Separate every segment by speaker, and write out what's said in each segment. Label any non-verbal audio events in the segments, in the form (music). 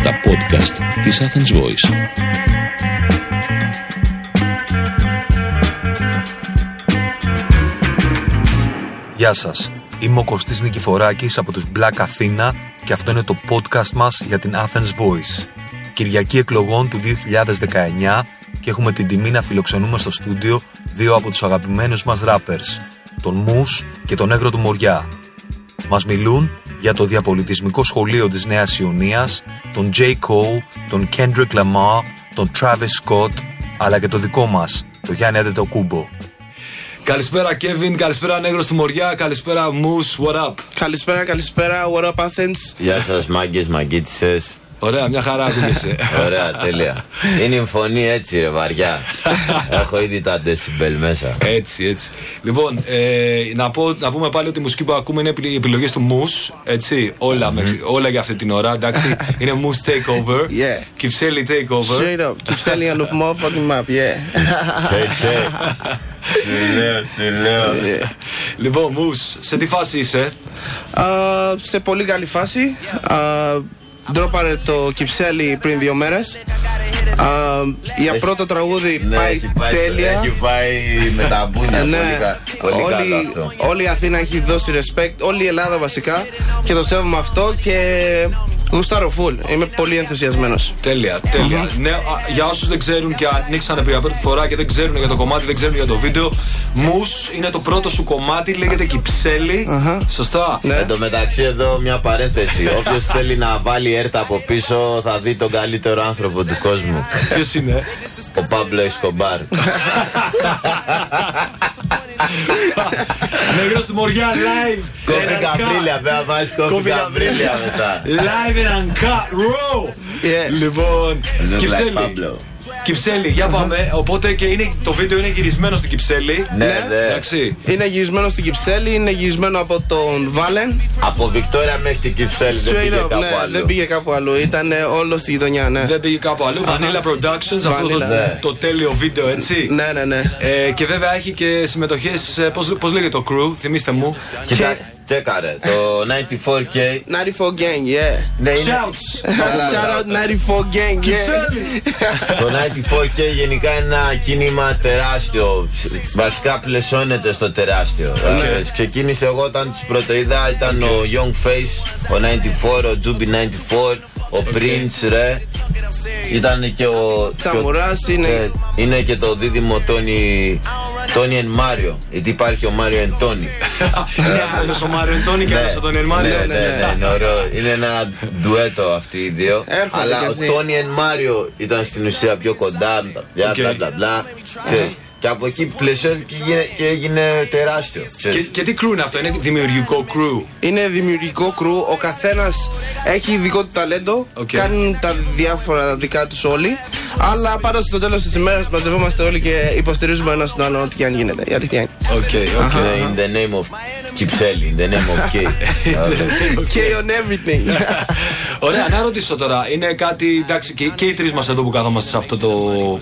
Speaker 1: podcast της Athens Voice.
Speaker 2: Γεια σας. Είμαι ο Κωστής Νικηφοράκης από τους Black Athena και αυτό είναι το podcast μας για την Athens Voice. Κυριακή εκλογών του 2019 και έχουμε την τιμή να φιλοξενούμε στο στούντιο δύο από τους αγαπημένους μας rappers, τον Μους και τον Έγρο του Μοριά. Μας μιλούν για το διαπολιτισμικό σχολείο της Νέας Ιωνίας, τον J. Cole, τον Kendrick Lamar, τον Travis Scott, αλλά και το δικό μας, το Γιάννη Αντετοκούμπο.
Speaker 3: Καλησπέρα Kevin, καλησπέρα Νέγρος του Μοριά, καλησπέρα Moose, what up.
Speaker 4: Καλησπέρα, καλησπέρα, what up Athens.
Speaker 5: Γεια σας, μάγκες, μαγκίτσε.
Speaker 3: Ωραία, μια χαρά ακούγεσαι.
Speaker 5: Ωραία, τέλεια. Είναι η φωνή έτσι, ρε βαριά. Έχω ήδη τα decibel μέσα.
Speaker 3: έτσι, έτσι. Λοιπόν, ε, να, πω, να πούμε πάλι ότι η μουσική που ακούμε είναι επιλο- οι επιλογές του Moose. Έτσι, όλα, με- όλα για αυτή την ώρα, εντάξει. είναι Moose Takeover.
Speaker 4: Yeah.
Speaker 3: Κυψέλη Takeover.
Speaker 4: Straight up, keep selling on the motherfucking map,
Speaker 3: (laughs)
Speaker 4: yeah.
Speaker 3: ε,
Speaker 5: Τέτε. Σου λέω, σου λέω.
Speaker 3: Λοιπόν, Moose, σε τι φάση είσαι.
Speaker 4: Α, Uh, σε πολύ καλή φάση. Α, Ντρόπαρε το κυψέλι πριν δύο μέρες. Για πρώτο τραγούδι
Speaker 5: Ναι,
Speaker 4: πάει
Speaker 5: έχει πάει-
Speaker 4: τέλεια.
Speaker 5: Έχει πάει με τα μπούνια.
Speaker 4: Ναι,
Speaker 5: Πολύ, κα- πολύ καλό
Speaker 4: όλη,
Speaker 5: αυτό.
Speaker 4: όλη η Αθήνα έχει δώσει respect, όλη η Ελλάδα βασικά και το σέβομαι αυτό και γουστάρω full. Είμαι πολύ ενθουσιασμένος.
Speaker 3: Τέλεια, τέλεια. Ναι, α, για όσους δεν ξέρουν και ανοίξανε για πρώτη φορά και δεν ξέρουν για το κομμάτι, δεν ξέρουν για το βίντεο, Moose είναι το πρώτο σου κομμάτι, λέγεται Κυψέλη. Σωστά.
Speaker 5: Εν τω μεταξύ, εδώ μια παρένθεση. Όποιος θέλει να βάλει έρτα από πίσω, θα δει τον καλύτερο άνθρωπο του κόσμου.
Speaker 3: Ποιος είναι.
Speaker 5: Ο Παύλο Εσκομπάρ.
Speaker 3: Ε, Νέγρος του Μοριά live.
Speaker 5: Κόφι
Speaker 3: Έναν
Speaker 5: καπρίλια,
Speaker 3: κα-
Speaker 5: πρέπει να βάζει κόφι
Speaker 3: Κόφι
Speaker 5: καπρίλια μετά.
Speaker 3: Live and cut raw.
Speaker 4: Yeah.
Speaker 3: Λοιπόν,
Speaker 5: Look like
Speaker 3: Κυψέλη.
Speaker 5: Pablo. Uh-huh.
Speaker 3: Κυψέλη, για πάμε. Οπότε και είναι, το βίντεο είναι γυρισμένο στην Κυψέλη.
Speaker 5: Ναι, ναι.
Speaker 3: Εντάξει.
Speaker 4: Είναι γυρισμένο στην Κυψέλη, είναι γυρισμένο από τον Βάλεν.
Speaker 5: Από Βικτόρια μέχρι την Κυψέλη δεν
Speaker 4: Straight up,
Speaker 5: πήγε κάπου
Speaker 4: ναι, δεν
Speaker 5: αλλού.
Speaker 4: πήγε κάπου αλλού. Ήταν όλο στη γειτονιά, ναι.
Speaker 3: Δεν πήγε κάπου αλλού.
Speaker 5: Uh-huh.
Speaker 3: Vanilla Productions, αυτό το,
Speaker 4: Vanilla, ναι.
Speaker 3: το τέλειο βίντεο, έτσι.
Speaker 4: Ναι, ναι, ναι.
Speaker 3: Ε, και βέβαια έχει και συμμετοχές. Πώς πώς λέγεται το crew, θυμίστε μου.
Speaker 5: Κοιτάξτε, τσέκαρε. Το 94K
Speaker 4: 94 Gang, yeah.
Speaker 5: ναι, είναι-
Speaker 3: Shouts!
Speaker 4: Shout out 94 Gang, yeah.
Speaker 3: Κυψέλη!
Speaker 5: Το 94K γενικά είναι ένα κίνημα τεράστιο. Βασικά πλαισώνεται στο τεράστιο.
Speaker 4: Ναι.
Speaker 5: Ε, Ξεκίνησε εγώ όταν τους πρωτοείδα ήταν ο Young Face, ο 94, ο Jubi 94, ο Prince, ρε. Ήταν και ο.
Speaker 4: Τσαμουράς
Speaker 5: και ο-
Speaker 4: είναι-
Speaker 5: ε, είναι και το δίδυμο Tony. Tony and Mario. Γιατί υπάρχει ο Mario and Tony.
Speaker 3: Ναι, άλλος ο Μαρεντώνη και άλλος ο Τον Ελμάνη.
Speaker 5: Ναι, ναι, ναι, είναι ωραίο. Είναι ένα ντουέτο αυτοί οι δύο.
Speaker 4: Έρχονται
Speaker 5: Αλλά
Speaker 4: κι
Speaker 5: ο
Speaker 4: αυτοί.
Speaker 5: Τόνι εν Μάριο ήταν στην ουσία πιο κοντά. Μπλα, μπλα,
Speaker 3: Οκ.
Speaker 5: μπλα, μπλα. Ξέρεις. Και από εκεί πλαισιώθηκε και έγινε- και έγινε τεράστιο.
Speaker 3: Και,
Speaker 5: ξέρεις.
Speaker 3: και τι crew είναι αυτό, είναι δημιουργικό crew.
Speaker 4: Είναι δημιουργικό κρου. Ο καθένας έχει δικό του ταλέντο.
Speaker 3: Οκ.
Speaker 4: Κάνουν τα διάφορα δικά τους όλοι. Αλλά πάντα στο τέλος της ημέρας μαζευόμαστε όλοι και υποστηρίζουμε ένας τον άλλο ό,τι και αν γίνεται. Η αλήθεια είναι.
Speaker 3: Οκ, οκ.
Speaker 5: Ναι, In the name of Κυψέλη, in the name of K.
Speaker 3: (laughs)
Speaker 4: K on
Speaker 5: (laughs)
Speaker 4: everything. Ναι.
Speaker 3: Ωραία, να ρωτήσω τώρα. Είναι κάτι. Εντάξει, και, και οι τρεις μας εδώ που κάθομαστε σε αυτό το,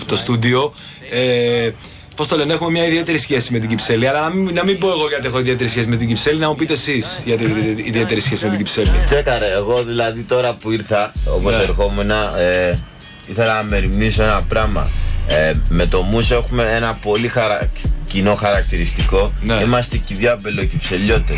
Speaker 3: το στούντιο. Ε, Πώς το λένε, έχουμε μια ιδιαίτερη σχέση με την Κυψέλη. Αλλά να μην, να μην πω εγώ γιατί έχω ιδιαίτερη σχέση με την Κυψέλη, να μου πείτε εσείς γιατί έχετε ιδιαίτερη σχέση με την Κυψέλη.
Speaker 5: Τσέκαρε, εγώ δηλαδή τώρα που ήρθα, όπω
Speaker 3: Ναι.
Speaker 5: ερχόμουν, ε, ήθελα να μεριμνήσω ένα πράγμα. Ε, με το Μους έχουμε ένα πολύ χαρα... κοινό χαρακτηριστικό.
Speaker 3: Ναι.
Speaker 5: Είμαστε και οι δύο αμπελοκυψελιώτες.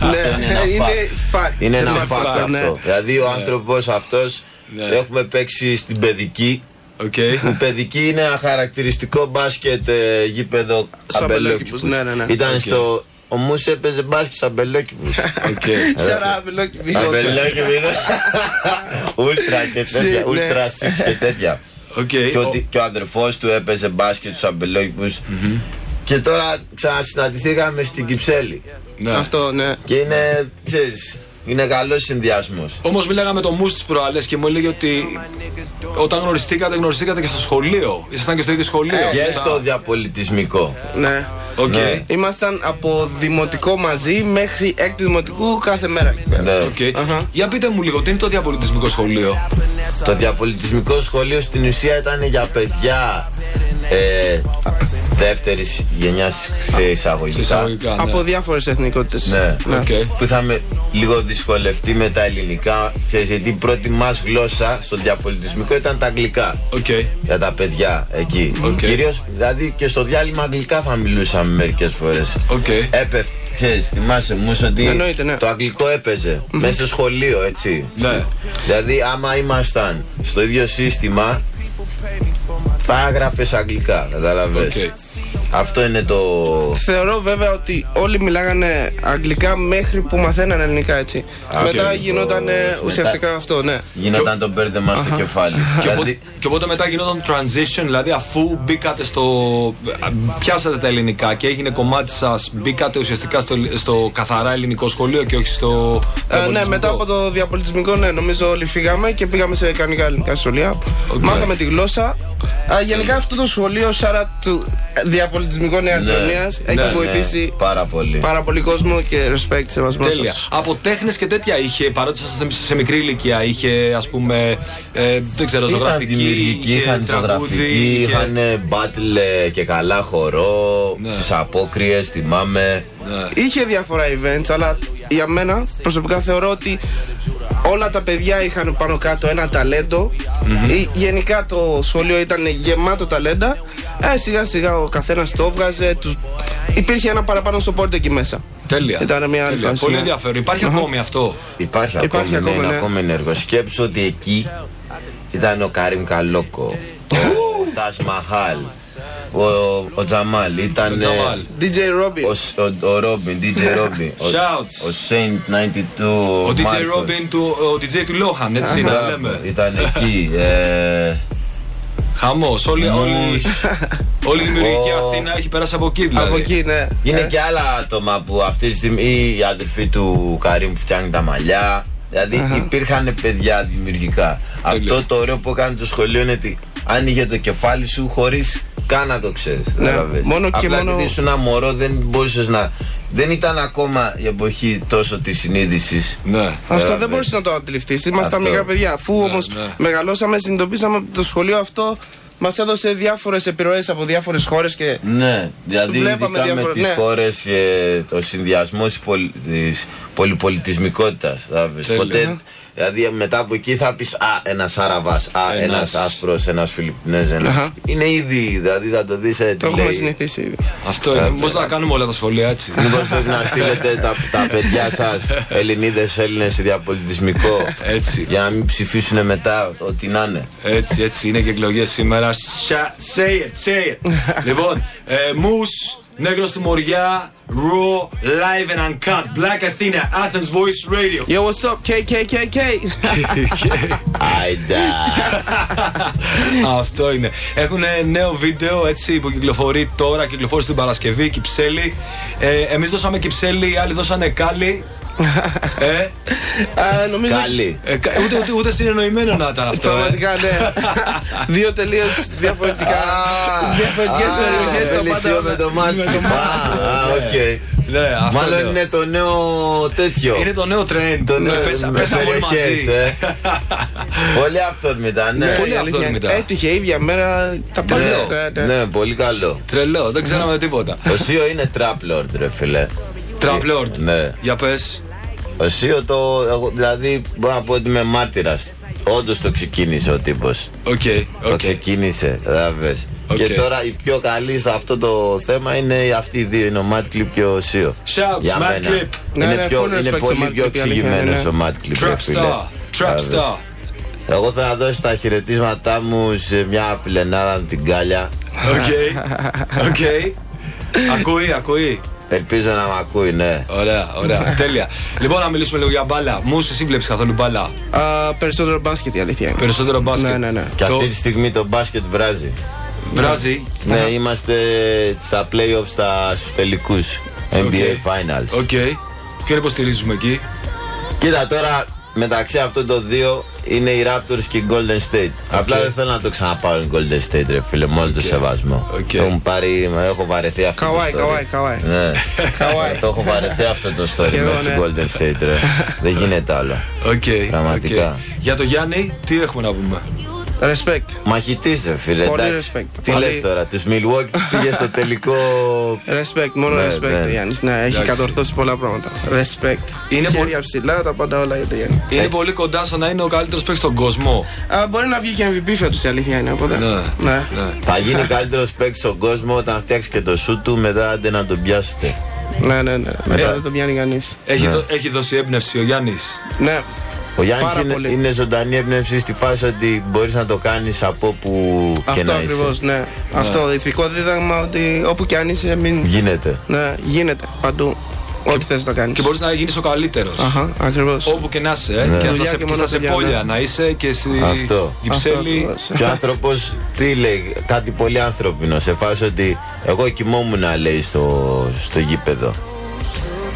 Speaker 4: ναι,
Speaker 5: είναι ένα
Speaker 4: είναι fact.
Speaker 5: Είναι ένα
Speaker 4: Είναι
Speaker 5: fact
Speaker 4: fact, ναι.
Speaker 5: αυτό. Δηλαδή ο άνθρωπος αυτός
Speaker 3: Ναι.
Speaker 5: έχουμε παίξει στην παιδική.
Speaker 3: Οκ.
Speaker 5: Η παιδική είναι ένα χαρακτηριστικό μπάσκετ ε, γήπεδο
Speaker 4: Στους αμπελόκηπους,
Speaker 5: αμπελόκηπους.
Speaker 4: ναι, ναι, ναι.
Speaker 5: Ήταν στο... Ο Μους έπαιζε μπάσκετ στους
Speaker 4: (laughs)
Speaker 5: αμπελόκηπους.
Speaker 3: οκ.
Speaker 4: Σαρά, βελόκι, βιλότα.
Speaker 5: Αμπελόκηποι είναι. Ούλτρα και τέτοια.
Speaker 4: Συ, ναι.
Speaker 5: Ούλτρα σιξ και τέτοια.
Speaker 3: Οκ.
Speaker 5: Και, ο, και ο αδερφός του έπαιζε μπάσκετ στους αμπελόκηπους. Και τώρα ξανασυναντηθήκαμε στην Κυψέλη.
Speaker 3: Ναι.
Speaker 4: Αυτό, ναι.
Speaker 5: Και είναι, ξέρεις, είναι καλός συνδυασμός.
Speaker 3: Όμως μιλάγαμε με το Μου τη προάλλες και μου έλεγε ότι όταν γνωριστήκατε, γνωριστήκατε και στο σχολείο. Ήσασταν και στο ίδιο σχολείο.
Speaker 5: Και
Speaker 3: Ε, σωστά.
Speaker 5: στο διαπολιτισμικό.
Speaker 4: ναι.
Speaker 3: Οκ.
Speaker 5: Ε, ναι.
Speaker 4: Ήμασταν από δημοτικό μαζί μέχρι έκτη δημοτικού κάθε μέρα. εκεί πέρα.
Speaker 5: Ναι.
Speaker 3: Οκ.
Speaker 4: Αχα.
Speaker 3: Για πείτε μου λίγο, τι είναι το διαπολιτισμικό σχολείο.
Speaker 5: Το διαπολιτισμικό σχολείο στην ουσία ήταν για παιδιά ε, δεύτερης γενιάς σε εισαγωγικά.
Speaker 3: Εισαγωγικά. ναι.
Speaker 4: Από διάφορες εθνικότητες.
Speaker 5: Ναι.
Speaker 3: Οκ.
Speaker 5: που είχαμε λίγο δυσκολευτεί με τα ελληνικά. Ξέρεις, γιατί η πρώτη μας γλώσσα στο διαπολιτισμικό ήταν τα αγγλικά
Speaker 3: Οκ.
Speaker 5: για τα παιδιά εκεί.
Speaker 3: Οκ.
Speaker 5: Κυρίως, δηλαδή και στο διάλειμμα αγγλικά θα μιλούσαμε μερικές φορές.
Speaker 3: Οκ.
Speaker 5: Έπεφτε, ξέρεις, θυμάσαι μου ότι
Speaker 4: Εννοείται, ναι.
Speaker 5: το αγγλικό έπαιζε μέσα στο σχολείο, έτσι.
Speaker 3: Ναι.
Speaker 5: Δηλαδή, άμα ήμασταν στο ίδιο σύστημα, θα έγραφες αγγλικά, καταλαβες.
Speaker 3: Οκ.
Speaker 5: Αυτό είναι το...
Speaker 4: Θεωρώ βέβαια ότι όλοι μιλάγανε αγγλικά μέχρι που μαθαίνανε ελληνικά έτσι.
Speaker 5: Α,
Speaker 4: Μετά
Speaker 5: οκ.
Speaker 4: γινόταν
Speaker 5: Μετά-
Speaker 4: ουσιαστικά αυτό, ναι.
Speaker 5: Γινόταν το μπέρδεμα στο κεφάλι. δηλαδή,
Speaker 3: Και οπότε μετά γινόταν transition, δηλαδή αφού μπήκατε στο. πιάσατε τα ελληνικά και έγινε κομμάτι σας, μπήκατε ουσιαστικά στο, στο καθαρά ελληνικό σχολείο και όχι στο.
Speaker 4: Ε, ναι,
Speaker 3: διαπολιτισμικό.
Speaker 4: μετά από το διαπολιτισμικό, ναι, νομίζω όλοι φύγαμε και πήγαμε σε κανονικά ελληνικά σχολεία. Μάθαμε τη γλώσσα. Α, γενικά αυτό το σχολείο, Σάρα του διαπολιτισμικού Νέας
Speaker 5: ναι,
Speaker 4: Ιωνία, έχει
Speaker 5: ναι, ναι,
Speaker 4: βοηθήσει
Speaker 5: πάρα πολύ.
Speaker 4: πάρα πολύ κόσμο και respect σεβασμό
Speaker 3: Τέλεια.
Speaker 4: σας.
Speaker 3: Από τέχνες και τέτοια είχε, παρότι ήσασταν σε μικρή ηλικία, είχε ας πούμε. Ε, δεν ξέρω,
Speaker 5: Ήταν
Speaker 3: ζωγραφική.
Speaker 5: δημιουργικοί,
Speaker 3: είχε
Speaker 5: είχαν
Speaker 3: τραγούδι,
Speaker 5: ζωγραφική,
Speaker 3: είχε-
Speaker 5: είχαν μπάτλ ε, και καλά χορό,
Speaker 3: Ναι.
Speaker 5: στις απόκριες, θυμάμαι.
Speaker 4: Είχε διάφορα events, αλλά για μένα προσωπικά θεωρώ ότι όλα τα παιδιά είχαν πάνω κάτω ένα ταλέντο. Ή- Γενικά το σχολείο ήταν γεμάτο ταλέντα. Ε, σιγά σιγά ο καθένας το έβγαζε. Τους... Υπήρχε ένα παραπάνω support εκεί μέσα.
Speaker 3: Τέλεια.
Speaker 4: Ήταν μια άλλη
Speaker 3: Τέλεια.
Speaker 4: φάση,
Speaker 3: Πολύ
Speaker 4: ναι.
Speaker 3: ενδιαφέρον. Υπάρχει ακόμη αυτό.
Speaker 5: Υπάρχει,
Speaker 4: Υπάρχει
Speaker 5: ακόμη,
Speaker 4: ακόμα,
Speaker 5: ναι, είναι
Speaker 4: ναι.
Speaker 5: ακόμα ενέργο. Σκέψου ότι εκεί ήταν ο Κάριμ Καλόκο, ο Τας Μαχάλ, ο, ο Τζαμάλ, ήταν ε,
Speaker 3: Τζαμάλ.
Speaker 4: (laughs) DJ Robin.
Speaker 5: ο, Σ- ο, ο Ρόμπιν, DJ
Speaker 3: (laughs)
Speaker 5: Ρόμπιν, ο,
Speaker 3: Shouts.
Speaker 5: ο Saint 92,
Speaker 3: Ο DJ
Speaker 5: Μάρκος.
Speaker 3: Robin του, ο DJ του Lohan, έτσι να
Speaker 5: Μπράβο,
Speaker 3: λέμε.
Speaker 5: Ήταν εκεί. Ε,
Speaker 3: Χαμός. Όλη, όλη,
Speaker 5: Μους.
Speaker 3: όλη η δημιουργική
Speaker 5: Ο-
Speaker 3: Αθήνα έχει περάσει από εκεί δηλαδή.
Speaker 4: Από εκεί, ναι.
Speaker 5: Είναι
Speaker 4: Ε,
Speaker 5: και άλλα άτομα που αυτή τη στιγμή οι αδερφοί του Καρύμ που φτιάχνουν τα μαλλιά. Δηλαδή υπήρχαν παιδιά δημιουργικά. Αυτό το ωραίο που έκανε το σχολείο είναι ότι άνοιγε το κεφάλι σου χωρίς καν να το ξέρεις.
Speaker 4: Ναι, μόνο και
Speaker 5: Απλά
Speaker 4: μόνο-
Speaker 5: επειδή ήσουν ένα μωρό δεν μπορούσες να. Δεν ήταν ακόμα η εποχή τόσο της συνείδησης.
Speaker 3: Ναι.
Speaker 4: Αυτό
Speaker 5: βέβαια.
Speaker 4: δεν μπορούσε να το αντιληφθείς. Ήμασταν
Speaker 5: Αυτό.
Speaker 4: μικρά παιδιά. Αφού όμως
Speaker 3: ναι.
Speaker 4: μεγαλώσαμε, συνειδητοποίησαμε ότι το σχολείο αυτό μας έδωσε διάφορες επιρροές από διάφορες χώρες και
Speaker 5: Ναι, δηλαδή
Speaker 4: Βλέπαμε
Speaker 5: ειδικά με
Speaker 4: διαφορε-
Speaker 5: τις
Speaker 4: ναι.
Speaker 5: χώρες και το συνδυασμό της πολυ... της πολυπολιτισμικότητας, δηλαδή.
Speaker 3: Τέλεια.
Speaker 5: Ποτέ, δηλαδή μετά από εκεί θα πεις Α, ένας Άραβας, Α,
Speaker 3: Ένας.
Speaker 5: ένας Άσπρος, ένας Φιλιππινέζ. ένας».
Speaker 4: Αχα.
Speaker 5: Είναι ήδη, δηλαδή θα το δεις.
Speaker 4: το έχουμε συνηθίσει ήδη.
Speaker 3: Αυτό είναι. Πώ να κάνουμε όλα τα σχολεία έτσι.
Speaker 4: Λοιπόν.
Speaker 5: Μήπως πρέπει να στείλετε τα, τα παιδιά σας Ελληνίδες, Έλληνες, διαπολιτισμικό.
Speaker 3: Έτσι.
Speaker 5: Για να μην ψηφίσουν μετά ό,τι να είναι.
Speaker 3: Έτσι, έτσι είναι και εκλογές σήμερα. Σα- Say it,
Speaker 4: (laughs)
Speaker 3: say it. λοιπόν, ε, Μους, Νέγρος του Μοριά, Raw, Live and Uncut, Black Athena, Athens Voice
Speaker 4: (laughs)
Speaker 3: Radio.
Speaker 4: Yo, what's up, KKKK?
Speaker 5: Άιντα.
Speaker 3: (laughs) Αυτό είναι. Έχουν ε, νέο βίντεο έτσι που κυκλοφορεί τώρα, κυκλοφόρησε την Παρασκευή, Κυψέλη. Ε, Εμείς δώσαμε Κυψέλη, οι άλλοι δώσανε
Speaker 4: (laughs)
Speaker 3: Κάλι. ε,
Speaker 4: Α, νομίζω.
Speaker 5: Καλή.
Speaker 3: ε, κα- ούτε, ούτε, ούτε συνεννοημένο να ήταν αυτό. ε.
Speaker 4: Πραγματικά, ναι. Δύο τελείως διαφορετικά. Διαφορετικέ περιοχέ
Speaker 5: Α,
Speaker 4: τα
Speaker 5: Βελισιό
Speaker 4: πάντα.
Speaker 5: με
Speaker 4: όλα.
Speaker 5: το μάτι. Α, οκ.
Speaker 3: Ναι, αυτό
Speaker 5: Μάλλον
Speaker 3: λέω.
Speaker 5: είναι το νέο τέτοιο.
Speaker 3: Είναι το νέο trend. Ε,
Speaker 5: Το νέο-
Speaker 3: Πέσα-
Speaker 5: με
Speaker 3: Πέσαμε όλοι
Speaker 5: περιοχές,
Speaker 3: μαζί. (laughs)
Speaker 5: ε. Πολύ αυθόρμητα, ναι.
Speaker 3: Πολύ
Speaker 4: Η αλήθεια,
Speaker 3: αυθόρμητα.
Speaker 4: Έτυχε ίδια μέρα τα πάντα.
Speaker 5: Ναι, Ναι, πολύ καλό.
Speaker 3: Τρελό, δεν ξέραμε τίποτα.
Speaker 5: Ο Σίο είναι trap lord, ρε φίλε.
Speaker 3: Trump Lord.
Speaker 5: Ναι.
Speaker 3: Για πες.
Speaker 5: Ο Σίο το. εγώ- Δηλαδή, μπορώ να πω ότι είμαι μάρτυρας. Όντως το ξεκίνησε ο τύπος.
Speaker 3: Οκ.
Speaker 5: Το
Speaker 3: οκ.
Speaker 5: ξεκίνησε, κατάλαβε.
Speaker 3: Οκ.
Speaker 5: Και τώρα οι πιο καλοί σε αυτό το θέμα είναι αυτοί οι δύο, είναι ο Ματ Κλιπ και ο Σίο.
Speaker 3: Shouts,
Speaker 5: Για
Speaker 3: Matt
Speaker 5: μένα.
Speaker 3: Clip.
Speaker 4: Ναι,
Speaker 5: Είναι,
Speaker 4: ναι,
Speaker 5: πιο,
Speaker 4: full
Speaker 5: είναι
Speaker 4: respect στο
Speaker 5: πολύ
Speaker 4: Matt
Speaker 5: πιο
Speaker 4: Clip, η αλήθεια,
Speaker 5: εξηγημένος
Speaker 4: ναι, ναι.
Speaker 5: ο Ματ Κλιπ. ρε
Speaker 3: Trap
Speaker 5: φίλε.
Speaker 3: Star. Trap
Speaker 5: Κατάλαβες.
Speaker 3: Star.
Speaker 5: Εγώ θα δώσω τα χαιρετίσματά μου σε μια φιλενάδα με την Κάλια.
Speaker 3: Οκ. Οκ. Ακούει, ακούει.
Speaker 5: Ελπίζω να με ακούει, ναι.
Speaker 3: Ωραία, ωραία. Τέλεια. Λοιπόν, να μιλήσουμε λίγο για μπάλα. Μου εσύ βλέπεις καθόλου μπάλα.
Speaker 4: Α, Περισσότερο μπάσκετ η αλήθεια. είναι.
Speaker 3: Περισσότερο μπάσκετ.
Speaker 4: Ναι, ναι, ναι.
Speaker 5: Και
Speaker 3: Το-
Speaker 5: αυτή τη στιγμή το μπάσκετ βράζει.
Speaker 3: Βράζει.
Speaker 5: Ναι, είμαστε στα playoffs στα, στους τελικούς NBA Finals.
Speaker 3: Οκ. Ποιον υποστηρίζουμε εκεί.
Speaker 5: Κοίτα τώρα μεταξύ αυτών των δύο είναι οι Raptors και οι Golden State. Απλά δεν θέλω να το ξαναπάρουν οι Golden State, ρε φίλε, με όλο το σεβασμό.
Speaker 3: Οκ.
Speaker 5: Το έχουν πάρει, με έχω βαρεθεί αυτό. το
Speaker 4: Καουάι,
Speaker 5: story.
Speaker 4: καουάι, καουάι.
Speaker 5: Ναι,
Speaker 4: Καουάι.
Speaker 5: το έχω βαρεθεί αυτό το story
Speaker 4: Και εγώ, ναι.
Speaker 5: με του Golden State, ρε. Δεν γίνεται άλλο.
Speaker 3: Οκ.
Speaker 5: Πραγματικά.
Speaker 3: οκ. Για το Γιάννη, τι έχουμε να πούμε.
Speaker 4: Respect.
Speaker 5: Μαχητής, ρε φίλε.
Speaker 4: Πολύ
Speaker 5: εντάξει.
Speaker 4: respect.
Speaker 5: Τι
Speaker 4: Πολύ-
Speaker 5: λε τώρα, του Milwaukee που πήγε στο τελικό.
Speaker 4: (laughs) Respect, μόνο
Speaker 5: Ναι,
Speaker 4: respect
Speaker 5: ναι.
Speaker 4: ο Γιάννης. Ναι, έχει
Speaker 3: Εντάξει.
Speaker 4: κατορθώσει πολλά πράγματα. Respect.
Speaker 3: Είναι
Speaker 4: Χέρια
Speaker 3: πολύ-
Speaker 4: ψηλά, τα πάντα όλα για το Γιάννη.
Speaker 5: Ε.
Speaker 3: Είναι πολύ κοντά στο να είναι ο καλύτερος παίκτης στον κόσμο.
Speaker 4: Α, μπορεί να βγει και MVP φέτος η αλήθεια είναι, οπότε.
Speaker 3: Ναι.
Speaker 4: Ναι.
Speaker 3: Ναι.
Speaker 5: θα γίνει καλύτερος παίκτης στον κόσμο όταν φτιάξει και το σου του. Μετά άντε να τον πιάσετε.
Speaker 4: Ναι, ναι, ναι.
Speaker 3: Ε.
Speaker 4: Μετά δεν τον πιάνει κανείς.
Speaker 3: Έχει,
Speaker 5: Ναι.
Speaker 3: δο- έχει δώσει έμπνευση ο Γιάννης.
Speaker 4: Ναι.
Speaker 5: Ο Γιάννης
Speaker 4: Πάρα
Speaker 5: είναι,
Speaker 4: πολύ.
Speaker 5: είναι ζωντανή έμπνευση στη φάση ότι μπορείς να το κάνεις από όπου και
Speaker 4: Αυτό
Speaker 5: να
Speaker 4: ακριβώ,
Speaker 5: είσαι.
Speaker 4: ναι. Αυτό ηθικό δίδαγμα ότι όπου και αν είσαι, μην.
Speaker 5: Γίνεται.
Speaker 4: Ναι, γίνεται παντού. Ό,τι θες να κάνεις.
Speaker 3: Και μπορείς να γίνεις ο καλύτερος.
Speaker 4: Αχα, ακριβώς.
Speaker 3: Όπου και να είσαι. ε, Και να
Speaker 4: Δουλειά και
Speaker 3: σε, και
Speaker 4: μόνο
Speaker 3: στα σε
Speaker 4: παιδιά, ναι.
Speaker 3: πόλια. Να είσαι και στη
Speaker 5: Ναι. Αυτό.
Speaker 3: Κυψέλη.
Speaker 5: Και ο άνθρωπος τι λέει, κάτι πολύ ανθρώπινο. Σε φάση ότι εγώ κοιμόμουν, λέει, στο, στο γήπεδο.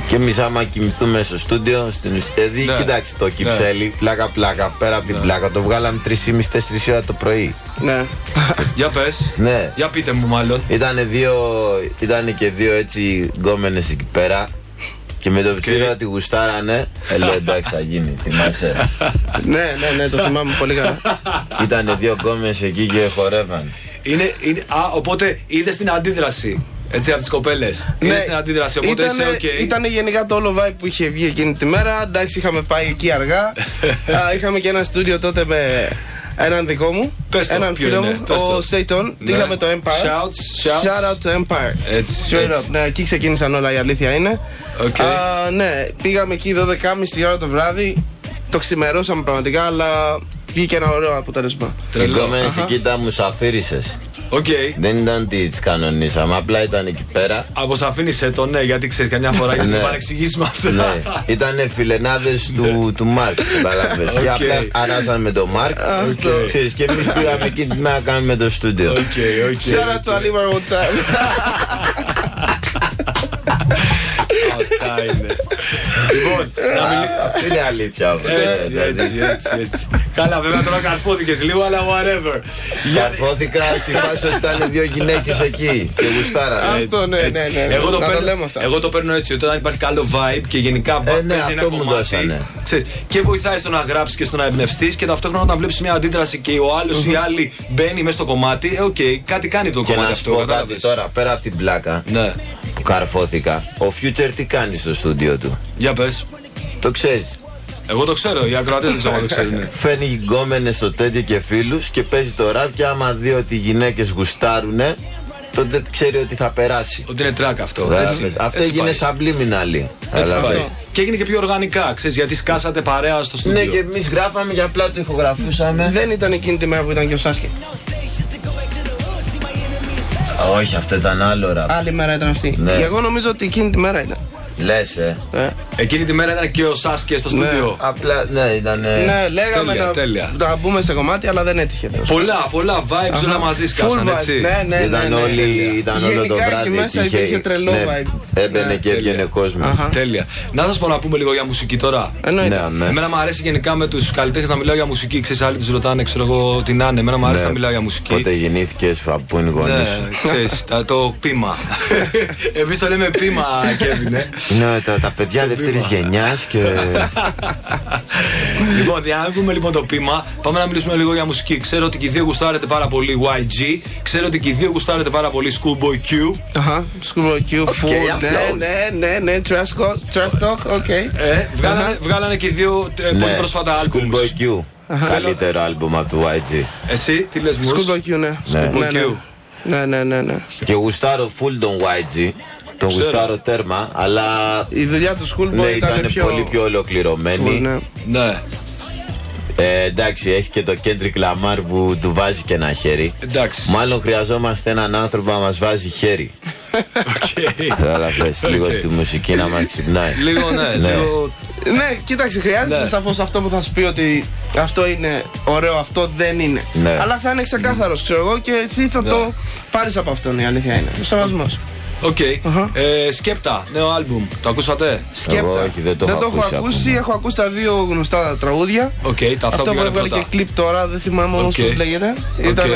Speaker 5: Και εμείς, άμα κοιμηθούμε στο στούντιο, στην ουσία.
Speaker 3: Ναι.
Speaker 5: Ναι. Κοιτάξτε το κυψέλι, πλάκα-πλάκα, πέρα από την πλάκα. Το βγάλαμε 3,5-4 ώρα το πρωί.
Speaker 4: Ναι.
Speaker 3: Για πες.
Speaker 5: Ναι.
Speaker 3: Για πείτε μου, μάλλον.
Speaker 5: Ήτανε δύο, ήτανε και δύο έτσι γκόμενες εκεί πέρα και με το ψήρα τη γουστάρανε. Ε, λέω εντάξει θα γίνει, θυμάσαι.
Speaker 4: ναι, ναι, ναι, το θυμάμαι πολύ καλά.
Speaker 5: Ήτανε δύο γκόμενες εκεί και χορεύαν.
Speaker 3: Είναι, είναι, α, οπότε είδες την αντίδραση. Έτσι από τις κοπέλες. Είδε την αντίδραση. Οπότε
Speaker 4: Ναι. ήτανε,
Speaker 3: είσαι οκ.
Speaker 4: ήτανε γενικά το όλο vibe που είχε βγει εκείνη τη μέρα. Εντάξει, είχαμε πάει εκεί
Speaker 3: (laughs)
Speaker 4: αργά. Α, είχαμε και ένα στούντιο τότε με έναν δικό μου.
Speaker 3: Πες το,
Speaker 4: έναν
Speaker 3: ποιο
Speaker 4: φίλο
Speaker 3: είναι,
Speaker 4: μου,
Speaker 3: πες το.
Speaker 4: ο Σέιτον.
Speaker 3: Ναι.
Speaker 4: Είχαμε το Empire.
Speaker 3: Shouts, shouts.
Speaker 4: Shout out to Empire.
Speaker 3: Έτσι,
Speaker 4: Straight
Speaker 3: έτσι.
Speaker 4: up. Ναι, εκεί ξεκίνησαν όλα, η αλήθεια είναι.
Speaker 3: Οκ.
Speaker 4: Α, ναι, πήγαμε εκεί 12.30 ώρα το βράδυ. Το ξημερώσαμε πραγματικά, αλλά βγήκε ένα ωραίο αποτέλεσμα.
Speaker 5: Οι
Speaker 3: Τρελό.
Speaker 5: γκόμενες εκεί τα μουσαφύρισες.
Speaker 3: Οκ.
Speaker 5: Δεν ήταν τι τις κανονίσαμε, απλά ήταν εκεί πέρα.
Speaker 3: Αποσαφήνισε το ναι, γιατί ξέρεις καμιά φορά γιατί
Speaker 5: Ναι.
Speaker 3: δεν παρεξηγήσουμε αυτά.
Speaker 5: Ναι, ήτανε φιλενάδες του, του Μάρκ, κατάλαβες. Και
Speaker 3: Ναι. Οκ.
Speaker 5: απλά αράσαν με τον Μάρκ.
Speaker 4: Αυτό.
Speaker 5: Ξέρεις, και εμείς πήγαμε εκεί τι να κάνουμε το στούντιο.
Speaker 3: (laughs) Οκ, οκ.
Speaker 4: Shout out to Ali Marmota.
Speaker 3: Αυτά είναι. Λοιπόν, να
Speaker 5: Α,
Speaker 3: μιλήσουμε.
Speaker 5: Αυτή είναι η αλήθεια. αυτό,
Speaker 3: Έτσι,
Speaker 5: ναι, ναι.
Speaker 3: έτσι, έτσι, έτσι. Καλά, βέβαια τώρα καρφώθηκες λίγο, αλλά whatever. Για-
Speaker 5: Καρφώθηκα στη φάση ότι ήταν δύο γυναίκες εκεί και γουστάρανε.
Speaker 4: Αυτό, ναι, ναι,
Speaker 3: έτσι.
Speaker 4: ναι. ναι.
Speaker 3: Εγώ, το
Speaker 4: Να
Speaker 3: παίρνω,
Speaker 4: λέμε αυτά.
Speaker 3: εγώ το παίρνω έτσι, ότι όταν υπάρχει καλό vibe και γενικά
Speaker 5: Ε,
Speaker 3: ε,
Speaker 5: ναι,
Speaker 3: παίζεις ένα
Speaker 5: αυτό μου
Speaker 3: κομμάτι.
Speaker 5: δώσανε.
Speaker 3: Ξέρεις, και βοηθάει στο να γράψεις και στο να εμπνευστείς και ταυτόχρονα όταν βλέπεις μια αντίδραση και ο άλλος ή η άλλη μπαίνει μέσα στο κομμάτι, ε, οκ, κάτι κάνει το
Speaker 5: Και
Speaker 3: κομμάτι
Speaker 5: να σου
Speaker 3: αυτό.
Speaker 5: πω κάτι
Speaker 3: κατάλαβες.
Speaker 5: τώρα, πέρα από την πλάκα
Speaker 3: Ναι,
Speaker 5: που καρφώθηκα, ο Future τι κάνει στο στούντιο του.
Speaker 3: για πες.
Speaker 5: Το ξέρεις.
Speaker 3: Εγώ το ξέρω, οι ακροατές δεν ξέρω αν το ξέρουν. ναι.
Speaker 5: Φέρνει γκόμενες στο τέτοιο και φίλους και παίζει το ραπ. Και άμα δει ότι οι γυναίκες γουστάρουνε, τότε ξέρει ότι θα περάσει.
Speaker 3: (laughs) Ότι είναι τρακ αυτό.
Speaker 5: Κατάλαβες.
Speaker 3: Έτσι,
Speaker 5: Αυτό
Speaker 3: έτσι
Speaker 5: έγινε
Speaker 3: πάει.
Speaker 5: σαν πλήμιναλι.
Speaker 3: Έτσι πάει. Και έγινε και πιο οργανικά, ξέρεις, γιατί σκάσατε παρέα στο στούντιο.
Speaker 5: Ναι, και εμείς γράφαμε και απλά το ηχογραφούσαμε.
Speaker 4: Δεν ήταν εκείνη τη μέρα που ήταν και ο Σάσκε.
Speaker 5: Όχι, αυτό ήταν άλλο ραπ.
Speaker 4: Άλλη μέρα ήταν αυτή.
Speaker 5: Ναι.
Speaker 4: Εγώ νομίζω ότι εκείνη τη μέρα ήταν.
Speaker 5: Λες, ε.
Speaker 4: Ε.
Speaker 3: Εκείνη τη μέρα ήταν και ο Σάσκε στο στούντιο.
Speaker 5: Απλά, ναι, ήταν. ε,
Speaker 4: ναι, λέγαμε
Speaker 3: τέλεια,
Speaker 4: να,
Speaker 3: τέλεια.
Speaker 4: να μπούμε σε κομμάτι, αλλά δεν έτυχε. τέλος.
Speaker 3: Πολλά, πολλά vibes όλα μαζί σκάσαν,
Speaker 4: Full vibes.
Speaker 3: έτσι.
Speaker 4: Ναι, ναι,
Speaker 5: ήταν
Speaker 4: ναι, ναι.
Speaker 5: όλοι, ήταν όλο το
Speaker 4: Γενικά
Speaker 5: βράδυ.
Speaker 4: εκεί μέσα
Speaker 5: είχε-
Speaker 4: υπήρχε τρελό
Speaker 5: ναι,
Speaker 4: vibe.
Speaker 5: Έμπαινε και έβγαινε
Speaker 3: τέλεια.
Speaker 5: κόσμος.
Speaker 4: Αχα.
Speaker 3: Τέλεια. Να σας πω να πούμε λίγο για μουσική τώρα.
Speaker 4: Εννοείται.
Speaker 5: Ναι, ναι.
Speaker 3: Εμένα μου αρέσει γενικά με τους καλλιτέχνες να μιλάω για μουσική. Ξέρεις, άλλοι τους ρωτάνε, ξέρω εγώ τι να είναι. Εμένα μου αρέσει να μιλάω για μουσική.
Speaker 5: Ναι. Πότε γεννήθηκες, από είναι οι γονείς σου.
Speaker 3: Ναι, ξέρεις, τα- το
Speaker 5: (laughs)
Speaker 3: πείμα. Εμείς το λέμε πείμα, Κέβινε.
Speaker 5: Ναι, τα, τα παιδιά δεύτερης γενιάς και.
Speaker 3: λοιπόν, για να μην πούμε λοιπόν το πείμα, πάμε να μιλήσουμε λίγο για μουσική. Ξέρω ότι και οι δύο γουστάρετε πάρα πολύ YG. Ξέρω ότι και οι δύο γουστάρετε πάρα πολύ Schoolboy Q.
Speaker 4: Αχα, Σκούρο Q, Food, ναι,
Speaker 5: αυτό.
Speaker 4: ναι, ναι, ναι, Trash co- trash Talk, οκ.
Speaker 3: Ε, βγάλανε, βγάλανε και οι δύο ε, πολύ
Speaker 5: Ναι,
Speaker 3: πρόσφατα albums.
Speaker 5: Schoolboy Q. Καλύτερο άλμπουμ από του YG.
Speaker 3: Εσύ, τι λες, Μουρς?
Speaker 4: Σκούρο Q, ναι.
Speaker 5: Ναι.
Speaker 4: Ναι, ναι.
Speaker 3: Q.
Speaker 4: Ναι, ναι, ναι, ναι.
Speaker 5: Και γουστάρω full τον YG. Τον γουστάρω τέρμα, αλλά.
Speaker 4: Η δουλειά του
Speaker 5: Ναι,
Speaker 4: Schoolboy
Speaker 5: ήταν πολύ πιο ολοκληρωμένη.
Speaker 4: Ναι.
Speaker 3: Ναι,
Speaker 5: Ε, εντάξει, έχει και το Kendrick Lamar που του βάζει και ένα χέρι.
Speaker 3: Ε, εντάξει.
Speaker 5: Μάλλον χρειαζόμαστε έναν άνθρωπο να μας βάζει χέρι.
Speaker 3: Οκ. (laughs)
Speaker 5: Κατάλαβε λίγο στη μουσική να μας ξυπνάει.
Speaker 3: Λίγο, ναι,
Speaker 5: Ναι.
Speaker 3: λίγο.
Speaker 4: Ναι, κοίταξε, χρειάζεσαι
Speaker 3: Ναι.
Speaker 4: σαφώς αυτό που θα σου πει ότι αυτό είναι ωραίο, αυτό δεν είναι.
Speaker 5: Ναι.
Speaker 3: Ναι.
Speaker 4: Αλλά θα είναι ξεκάθαρος, ξέρω εγώ, και εσύ θα το πάρεις από αυτόν, η αλήθεια είναι. Ο σεβασμός.
Speaker 3: Οκ. Ε, σκέπτα, νέο άλμπουμ. Το ακούσατε.
Speaker 6: Σκέπτα.
Speaker 7: όχι, δεν το έχω ακούσει
Speaker 6: έχω ακούσει.
Speaker 7: ακόμα.
Speaker 6: Έχω ακούσει τα δύο γνωστά τραγούδια.
Speaker 3: Οκ, τα αυτά
Speaker 6: Αυτό
Speaker 3: που
Speaker 6: που
Speaker 3: έκανε
Speaker 6: έβγαλε
Speaker 3: πρώτα.
Speaker 6: και κλιπ τώρα, δεν θυμάμαι όμως
Speaker 3: Οκ.
Speaker 6: πώς λέγεται.
Speaker 3: Οκ.
Speaker 6: Ήτανε.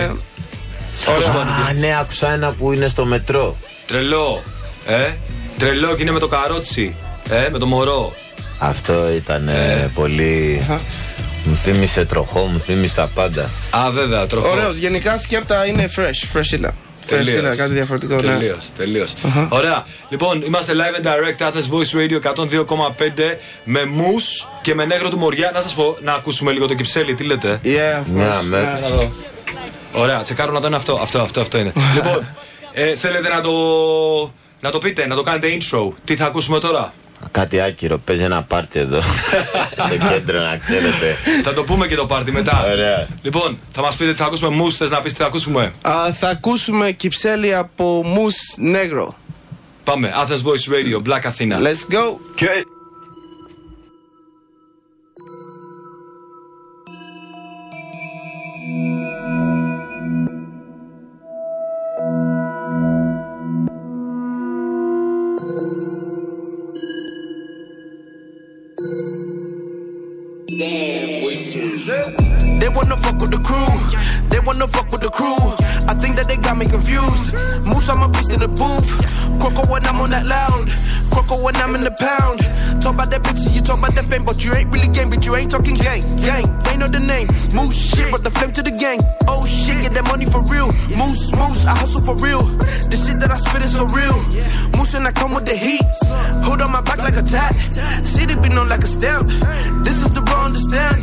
Speaker 7: Α, ναι, άκουσα ένα που είναι στο μετρό.
Speaker 3: Τρελό. Ε, τρελό και είναι με το καρότσι. Ε, με το μωρό.
Speaker 7: Αυτό ήταν ε,
Speaker 3: Ναι.
Speaker 7: πολύ. Μου θύμισε τροχό, μου θύμισε τα πάντα.
Speaker 3: Α, βέβαια, τροχό.
Speaker 6: Ωραίος. Γενικά σκέπτα είναι fresh, freshila. Freshila, κάτι διαφορετικό. ναι.
Speaker 3: Τελείως, τελείως. Ωραία. Λοιπόν, είμαστε live and direct Athens Voice Radio 102,5 με μους και με νέγρο του Μωριά. Να σας πω να ακούσουμε λίγο το κυψέλι, τι λέτε.
Speaker 6: Yeah, of
Speaker 7: Ναι,
Speaker 6: course.
Speaker 7: με.
Speaker 6: Ναι.
Speaker 3: Να δω. Ωραία, τσεκάρω να δω είναι αυτό. Αυτό, αυτό,
Speaker 7: (laughs)
Speaker 3: αυτό είναι. λοιπόν, ε, θέλετε να το, να το πείτε, να το κάνετε intro. Τι θα ακούσουμε τώρα.
Speaker 7: Κάτι άκυρο, παίζει ένα πάρτι
Speaker 3: (laughs)
Speaker 7: εδώ. στο κέντρο, να ξέρετε.
Speaker 3: θα το πούμε και το πάρτι μετά.
Speaker 7: Ωραία.
Speaker 3: Λοιπόν, θα μας πείτε τι θα ακούσουμε. Μους θες να πεις τι θα ακούσουμε.
Speaker 6: Α, θα ακούσουμε κυψέλη από Moose Negro.
Speaker 3: Πάμε. Athens Voice Radio, Black Athena.
Speaker 6: Let's go.
Speaker 4: They wanna fuck with the crew. They wanna fuck with the crew. I think that they got me confused. Moose, I'm a beast in the booth. Croco when I'm on that loud. Croco when I'm in the pound. Talk about that bitch, you talk about that fame, but you ain't really gang, but you ain't talking gang. Gang, they know the name. Moose shit, but the flame to the gang. Oh shit, get that money for real. Moose, moose, I hustle for real. The shit that I spit is so real. Moose and I come with the heat. Hold on my back like a tat. City been on like a stamp. This is the wrong understand.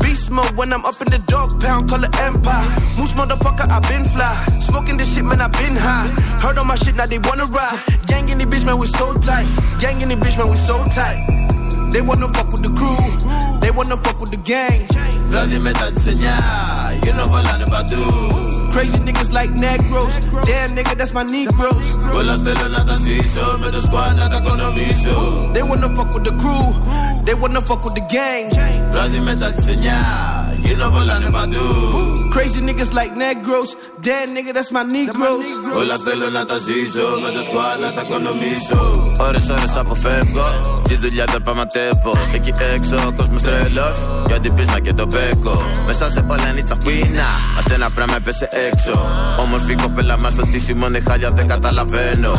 Speaker 4: Beast mode when I'm up in the dog pound, call it empire. Moose motherfucker, I been fly. Smoking this shit, man, I been high. Heard on my shit, now they wanna ride. Gang in the bitch, man, we so tight. Gang in the bitch, man, we so tight. They wanna fuck with the crew. They wanna fuck with the gang.
Speaker 5: Dime tal señal, you know volando pa' tú.
Speaker 4: Crazy niggas like Negroes. Damn nigga, that's my Negroes.
Speaker 5: Volaste lo nata si so, me tu squad nata con omiso.
Speaker 4: They wanna fuck with the crew. They wanna fuck with the gang.
Speaker 5: Dime tal señal, you know volando pa' tú.
Speaker 4: Crazy niggas like Negroes. Damn nigga, that's my Negroes.
Speaker 5: Volaste lo nata si so, me tu squad nata con omiso. Ώρες ώρες αποφεύγω, τη δουλειά δεν πραγματεύω. Εκεί έξω ο κόσμος τρελός, για την πίσνα και το μπέκο. Μέσα σε όλα είναι η τσαπίνα, ας ένα πράγμα έπεσε έξω. Όμορφη κοπέλα μας το τίσιμο είναι χάλια, δεν καταλαβαίνω.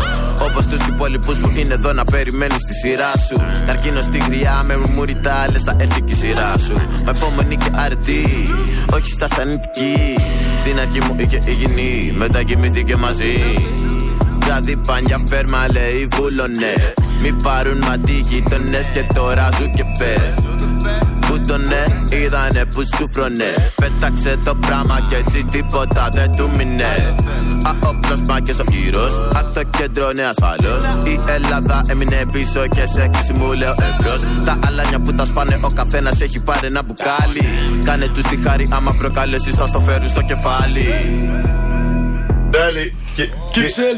Speaker 5: Όπω του υπόλοιπου που είναι εδώ να περιμένει τη σειρά σου. Καρκίνο στη γριά με μουρμουριτά, λε θα έρθει και η σειρά σου. Με υπομονή και αρτή, όχι στα σανιτική. Στην αρχή μου είχε υγιεινή, μετά κοιμήθηκε μαζί. Βράδυ πάνια φέρμα λέει βούλωνε. Μη πάρουν ματί γείτονες και τώρα ζου και πες. Που τον ε, είδανε που σου φρονέ Πέταξε το πράγμα και έτσι τίποτα δεν του μείνε Αόπλος μα και γύρος Απ' το κέντρο είναι ασφαλός Η Ελλάδα έμεινε πίσω και σε κρίση μου λέω εμπρός Τα αλάνια που τα σπάνε ο καθένας έχει πάρει ένα μπουκάλι Κάνε τους τη χάρη άμα προκαλέσεις θα στο φέρουν στο κεφάλι
Speaker 7: Κυψέλη,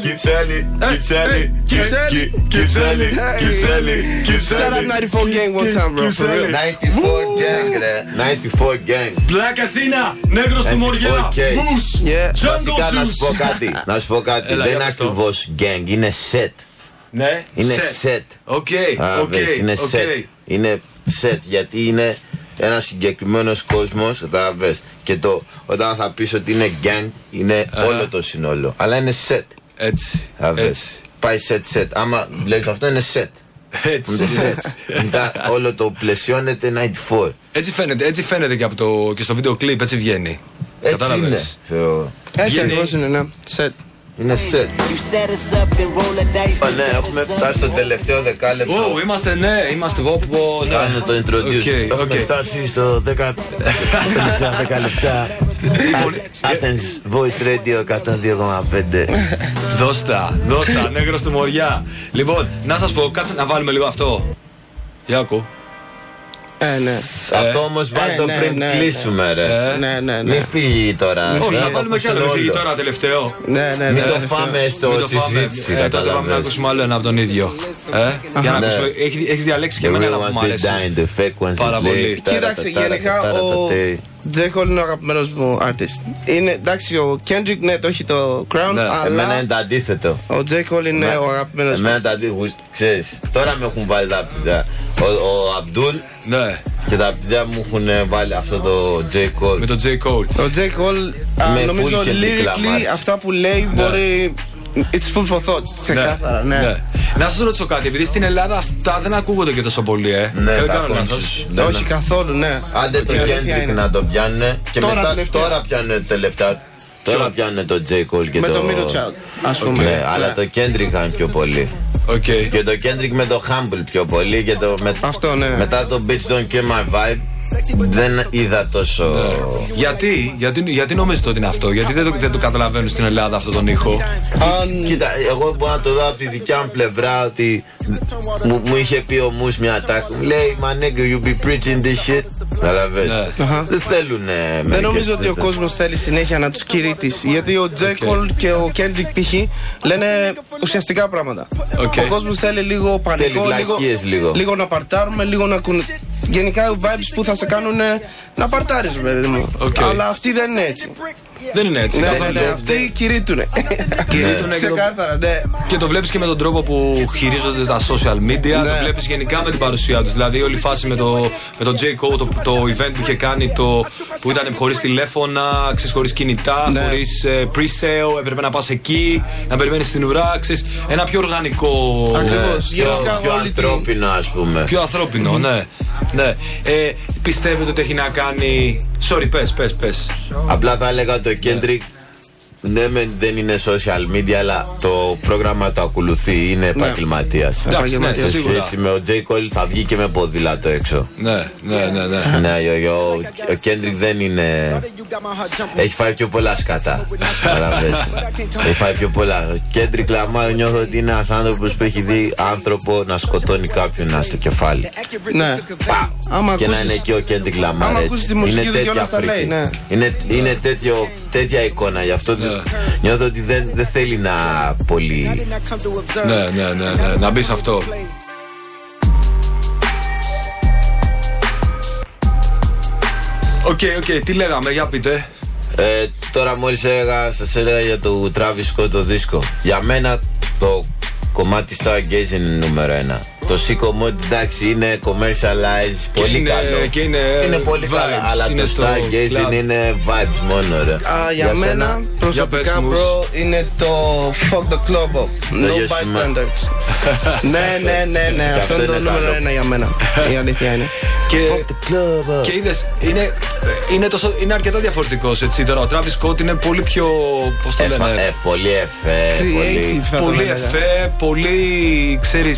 Speaker 6: Κυψέλη.
Speaker 7: κυψέλη, κυψέλη,
Speaker 6: ε, Κυψέλη.
Speaker 7: κυ- κυψέλη,
Speaker 6: Hey.
Speaker 7: κυψέλη,
Speaker 6: Shout out
Speaker 7: κυψέλη.
Speaker 6: 94 gang one time, bro. For real.
Speaker 7: 94 gang, ρε. 94 gang.
Speaker 3: Black Athena, νέγρο του Μωριά.
Speaker 7: Ε, Οκ.
Speaker 3: Μους,
Speaker 6: Yeah.
Speaker 7: Βασικά
Speaker 3: Jungle
Speaker 7: να σου πω
Speaker 3: Juice.
Speaker 7: κάτι. Να σου πω κάτι.
Speaker 3: Έλα,
Speaker 7: δεν
Speaker 3: για
Speaker 7: είναι
Speaker 3: πες το.
Speaker 7: ακριβώς gang, είναι set.
Speaker 3: Ναι,
Speaker 7: Είναι set. Ah,
Speaker 3: Οκ,
Speaker 7: Α,
Speaker 3: οκ,
Speaker 7: δες, είναι
Speaker 3: οκ.
Speaker 7: set. Είναι set γιατί είναι ένας συγκεκριμένος κόσμος. Και το, όταν θα πεις ότι είναι gang, είναι όλο το σύνολο. Αλλά είναι set.
Speaker 3: Έτσι.
Speaker 7: θα δες.
Speaker 3: Έτσι.
Speaker 7: Πάει set, set. Άμα βλέπεις αυτό, είναι
Speaker 3: (laughs)
Speaker 7: set.
Speaker 3: Έτσι.
Speaker 7: Είναι set. Μετά όλο το πλαισιώνεται 94.
Speaker 3: Έτσι φαίνεται, έτσι φαίνεται και, από το, και στο βίντεο κλιπ, έτσι βγαίνει.
Speaker 7: Έτσι
Speaker 3: Κατάλαβες.
Speaker 7: είναι. Θεωρώ.
Speaker 6: Έτσι
Speaker 3: Βγαίνει.
Speaker 6: ακριβώς είναι, ναι. Set.
Speaker 7: Είναι set.
Speaker 8: You set us up, then roll a
Speaker 7: Ω,
Speaker 8: dice.
Speaker 7: ναι, έχουμε φτάσει στο τελευταίο δεκάλεπτο.
Speaker 3: Ω, είμαστε ναι, είμαστε εγώ που. ναι.
Speaker 7: Κάνε το introduce.
Speaker 3: Οκ, οκ.
Speaker 7: Έχουμε φτάσει στο 10 τελευταία 10 λεπτά.
Speaker 3: Λοιπόν, ε-
Speaker 7: Athens Voice Radio 102,5.
Speaker 3: Δώστα, δώστα,
Speaker 7: ναι,
Speaker 3: νέγρο του Μωριά. Λοιπόν, να σας πω, κάτσε να βάλουμε λίγο αυτό. Για ακού.
Speaker 4: Ε, ναι.
Speaker 7: Αυτό όμω
Speaker 4: ε,
Speaker 7: βάλτε το
Speaker 4: ναι,
Speaker 7: πριν
Speaker 4: ναι, ναι.
Speaker 7: κλείσουμε,
Speaker 3: Ε,
Speaker 7: ρε.
Speaker 4: Ναι, ναι, ναι.
Speaker 7: Μην φύγει τώρα.
Speaker 3: Όχι,
Speaker 7: Ε, θα
Speaker 3: θα βάλουμε κι άλλο.
Speaker 7: ακούσουν
Speaker 3: Φύγει
Speaker 7: όλο.
Speaker 3: τώρα τελευταίο.
Speaker 4: Ναι, ναι, ναι.
Speaker 7: Μην το φάμε
Speaker 3: Μην
Speaker 7: στο
Speaker 3: το φάμε.
Speaker 7: συζήτηση,
Speaker 3: Ε, Τότε πάμε να
Speaker 7: κατάλαβε.
Speaker 3: ακούσουμε άλλο ένα από τον ίδιο. Ε, για να
Speaker 7: Ναι.
Speaker 3: ακούσουμε. Έχει- Έχεις διαλέξει και
Speaker 7: The
Speaker 3: εμένα
Speaker 7: real
Speaker 3: ένα που
Speaker 7: ones
Speaker 3: μου
Speaker 7: they
Speaker 3: αρέσει.
Speaker 7: die, the fake ones
Speaker 3: Πάρα
Speaker 7: they
Speaker 3: πολύ.
Speaker 7: live. Τάρα,
Speaker 4: Κοίταξε,
Speaker 7: τα, τάρα, τα,
Speaker 4: γενικά
Speaker 7: τάρα,
Speaker 4: ο
Speaker 7: τα, τε.
Speaker 4: Τζέι Χολ είναι ο αγαπημένος μου artist. Είναι εντάξει, ο Kendrick, ναι, το έχει το Crown,
Speaker 3: Ναι,
Speaker 7: Εμένα είναι
Speaker 4: αλλά
Speaker 7: το αντίθετο.
Speaker 4: ο Τζέι Χολ είναι ο αγαπημένος μου.
Speaker 7: Εμένα τα αντίθετο. Ξέρεις, τώρα με έχουν βάλει τα πιδιά. Ο, ο Αμπτούλ
Speaker 3: Ναι,
Speaker 7: και τα πιδιά μου έχουν βάλει αυτό το J. Cole.
Speaker 3: με τον J. Cole.
Speaker 4: Ο Τζέι Χολ,
Speaker 7: Με
Speaker 4: νομίζω
Speaker 7: full και
Speaker 4: lyrically
Speaker 7: δίκλαμα.
Speaker 4: αυτά που λέει μπορεί. It's full for thought, ξεκάθαρα, ναι.
Speaker 3: Να σας ρωτήσω κάτι, επειδή στην Ελλάδα αυτά δεν ακούγονται και τόσο πολύ, ε.
Speaker 7: Ναι,
Speaker 3: Δεν
Speaker 7: τα
Speaker 3: κάνω λάθος.
Speaker 7: ακούσεις.
Speaker 4: Ναι,
Speaker 7: Ναι,
Speaker 4: Όχι
Speaker 7: ναι.
Speaker 4: καθόλου, ναι.
Speaker 7: Άντε το
Speaker 4: Η αλήθεια
Speaker 7: Kendrick
Speaker 4: είναι.
Speaker 7: να το πιάνε και
Speaker 4: Τώρα
Speaker 7: μετά
Speaker 4: τελευταία.
Speaker 7: τώρα πιάνε τελευταία. Τώρα πιάνε το J. Cole και
Speaker 4: Με το
Speaker 7: το...
Speaker 4: Miro Child, ας πούμε.
Speaker 7: Ναι, αλλά το Kendrick είχαν πιο πολύ.
Speaker 3: Οκ.
Speaker 7: Και το Kendrick με το Humble πιο πολύ και το με...
Speaker 4: Αυτό, ναι.
Speaker 7: Μετά το Bitch Don't Kill My Vibe δεν είδα τόσο...
Speaker 4: Ναι.
Speaker 3: Γιατί, γιατί, γιατί νομίζετε ότι είναι αυτό, Γιατί δεν το, δεν το καταλαβαίνουν στην Ελλάδα αυτόν τον ήχο.
Speaker 4: Αν-
Speaker 7: Κοίτα, εγώ μπορώ να το δω από τη δικιά μου πλευρά ότι μου, μου είχε πει ο Μους μια τάξη. Μου Λέει, my nigga, you be preaching this shit. Καταλαβες.
Speaker 3: Ναι.
Speaker 4: Αχα.
Speaker 7: Δεν θέλουνε
Speaker 4: Δεν
Speaker 7: μερικές
Speaker 4: νομίζω ότι ο
Speaker 7: τέτοιες.
Speaker 4: κόσμος θέλει συνέχεια να τους κηρύττεις. Γιατί ο Τζέκολ και ο Κέντρικ π.χ. λένε ουσιαστικά πράγματα.
Speaker 3: Οκ.
Speaker 4: Ο κόσμος θέλει λίγο πανικό,
Speaker 7: Θέλεις βλακίες λίγο.
Speaker 4: λίγο να παρτάρουμε, λίγο να κουνε. Γενικά οι vibes που θα σε κάνουν να παρτάρεις, παιδί μου.
Speaker 3: Οκ.
Speaker 4: Αλλά αυτοί δεν είναι έτσι.
Speaker 3: Δεν είναι έτσι.
Speaker 4: Ναι,
Speaker 3: καθόλου.
Speaker 4: ναι, ναι, αυτοί κηρύττουν.
Speaker 3: Κηρύττουνε και το-
Speaker 4: Ξεκάθαρα, ναι.
Speaker 3: Και το βλέπεις και με τον τρόπο που χειρίζονται τα social media. Το βλέπεις γενικά με την παρουσία τους. Δηλαδή, όλη η φάση με το, με τον J. Cole, το, το event που είχε κάνει, το, που ήταν χωρίς τηλέφωνα, ξέρεις, χωρίς κινητά,
Speaker 4: Ναι.
Speaker 3: χωρίς pre-sale. Έπρεπε να πας εκεί, να περιμένεις την ουρά, ξέρεις, Ένα πιο οργανικό. ε,
Speaker 4: Ακριβώ.
Speaker 7: Πιο,
Speaker 4: Γενικά
Speaker 7: πιο
Speaker 4: όλοι την-
Speaker 7: ανθρώπινο, ας πούμε.
Speaker 3: Πιο ανθρώπινο, ναι. ναι. Ε, πιστεύετε ότι έχει να κάνει. Sorry, πες, πες, πες.
Speaker 7: Απλά θα έλεγα το Kendrick ναι, μεν δεν είναι social media, αλλά το πρόγραμμα το ακολουθεί,
Speaker 4: Ναι.
Speaker 7: είναι επαγγελματίας.
Speaker 3: Εντάξει, ναι,
Speaker 7: Σε
Speaker 3: σίγουρα.
Speaker 7: σχέση με ο J. Cole θα βγει και με ποδήλατο έξω.
Speaker 3: Ναι, ναι, ναι. ναι.
Speaker 7: Ναι, ο, ο, ο Kendrick δεν είναι. Έχει φάει πιο πολλά σκατά. Καταλαβες. έχει φάει πιο πολλά. Ο Kendrick Lamar νιώθω ότι είναι ένας άνθρωπος που έχει δει άνθρωπο να σκοτώνει κάποιον στο κεφάλι.
Speaker 4: Ναι. Άμα
Speaker 7: Και να
Speaker 4: ακούσεις-
Speaker 7: είναι και ο Κέντρικ Λαμάρ.
Speaker 4: Άμα
Speaker 7: έτσι.
Speaker 4: ακούσεις τη μουσική
Speaker 7: είναι
Speaker 4: του
Speaker 7: τέτοια
Speaker 4: κιόλας τα
Speaker 7: φρίκη.
Speaker 4: λέει, ναι.
Speaker 7: Είναι, είναι τέτοιο, τέτοια εικόνα. Γι' αυτό δεν- νιώθω ότι δεν, δεν θέλει να πολύ.
Speaker 3: Ναι, ναι, ναι, ναι. Να μπει σε αυτό. Οκ, οκ, τι λέγαμε, για πείτε.
Speaker 7: Ε, τώρα μόλις έλεγα, σας έλεγα για το Travis Scott το δίσκο. Για μένα το κομμάτι Stargazing είναι νούμερο ένα. Το Seco Mode εντάξει είναι commercialized, πολύ
Speaker 3: είναι-
Speaker 7: καλό.
Speaker 3: και είναι
Speaker 7: πολύ
Speaker 3: vibes,
Speaker 7: καλό. Αλλά
Speaker 3: είναι
Speaker 7: το
Speaker 3: στο
Speaker 7: Stargazing
Speaker 3: club.
Speaker 7: είναι vibes μόνο ρε.
Speaker 4: Α, για, μένα,
Speaker 7: σένα,
Speaker 3: Για
Speaker 4: προσωπικά,
Speaker 3: πες μου.
Speaker 4: bro, είναι το Fuck the Club Up. No
Speaker 7: Γιώσιμα.
Speaker 4: bystanders. ναι, ναι, ναι, ναι.
Speaker 7: Και
Speaker 4: Αυτό είναι το
Speaker 7: είναι
Speaker 4: νούμερο
Speaker 7: καλό.
Speaker 4: ένα για μένα. Η αλήθεια είναι.
Speaker 3: Και, και είδες, είναι, είναι, τόσο, είναι αρκετά διαφορετικός έτσι τώρα. Ο Travis Scott είναι πολύ πιο. Πώς το
Speaker 7: Εφα-
Speaker 3: λένε,
Speaker 7: ε, πολύ εφέ,
Speaker 4: Creative
Speaker 7: πολύ.
Speaker 4: θα το
Speaker 3: πολύ
Speaker 4: έλεγα.
Speaker 3: εφέ, πολύ ε, ξέρει.